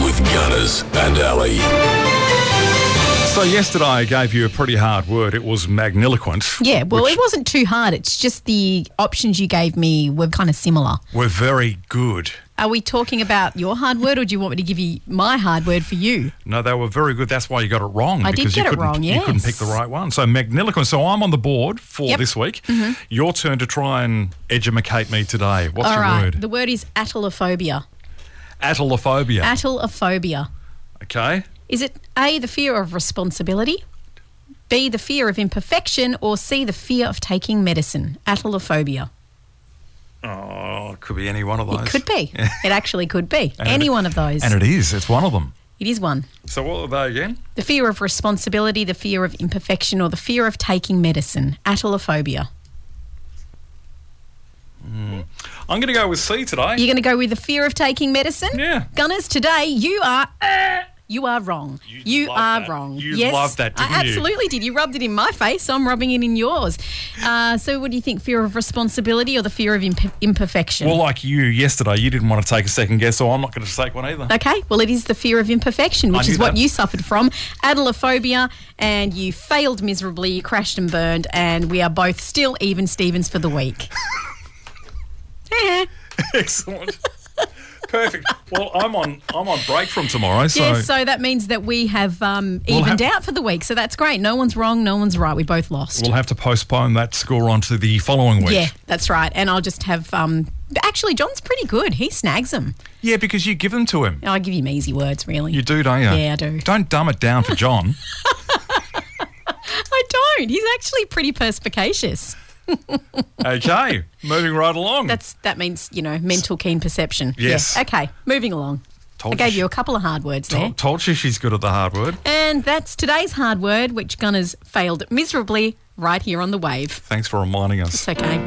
Manners and Alley. So yesterday I gave you a pretty hard word. It was magniloquent. Yeah, well, which it wasn't too hard. It's just the options you gave me were kind of similar. We're very good. Are we talking about your hard word, or do you want me to give you my hard word for you? No, they were very good. That's why you got it wrong. I did because get you it couldn't, wrong, You couldn't pick the yes. right one. So magniloquent. So I'm on the board for Yep. Mm-hmm. this week. Your turn to try and edumacate me today. What's All your right. word? The word is atelophobia. Atelophobia. Atelophobia. okay. Is it A, the fear of responsibility? B, the fear of imperfection? Or C, the fear of taking medicine? Atelophobia. Oh, it could be any one of those. It could be. It actually could be. it- Any one of those. And it is. It's one of them. It is one. So what were they again? The fear of responsibility, the fear of imperfection, or the fear of taking medicine. Atelophobia. I'm going to go with C today. You're going to go with the fear of taking medicine? Yeah. Gunners, today you are. you are wrong. You, loved are that. wrong. You yes, loved that, I didn't you? absolutely did. You rubbed it in my face. I'm rubbing it in yours. Uh, so, what do you think? Fear of responsibility or the fear of imp- imperfection? Well, like you yesterday, you didn't want to take a second guess, so I'm not going to take one either. okay. Well, it is the fear of imperfection, which knew is what that. you suffered from, adelophobia, and you failed miserably. You crashed and burned, and we are both still even Stevens for the week. Eh. Excellent. Perfect. Well, I'm on I'm on break from tomorrow, so Yes, so that means that we have um, We'll evened have- out for the week. So that's great. No one's wrong, no one's right. We both lost. we'll have to postpone that score onto the following week. yeah, that's right. And I'll just have. Um, actually, John's pretty good. He snags them. Yeah, because you give them to him. I give him easy words, really. You do, don't you? Yeah, I do. Don't dumb it down for John. I don't. He's actually pretty perspicacious. okay, moving right along. That's that means you know mental keen perception. Yes. Yeah. Okay, moving along. Told I gave you. you a couple of hard words there. Told, told you she's good at the hard word. And that's today's hard word, which Gunners failed miserably right here on the wave. Thanks for reminding us. It's okay.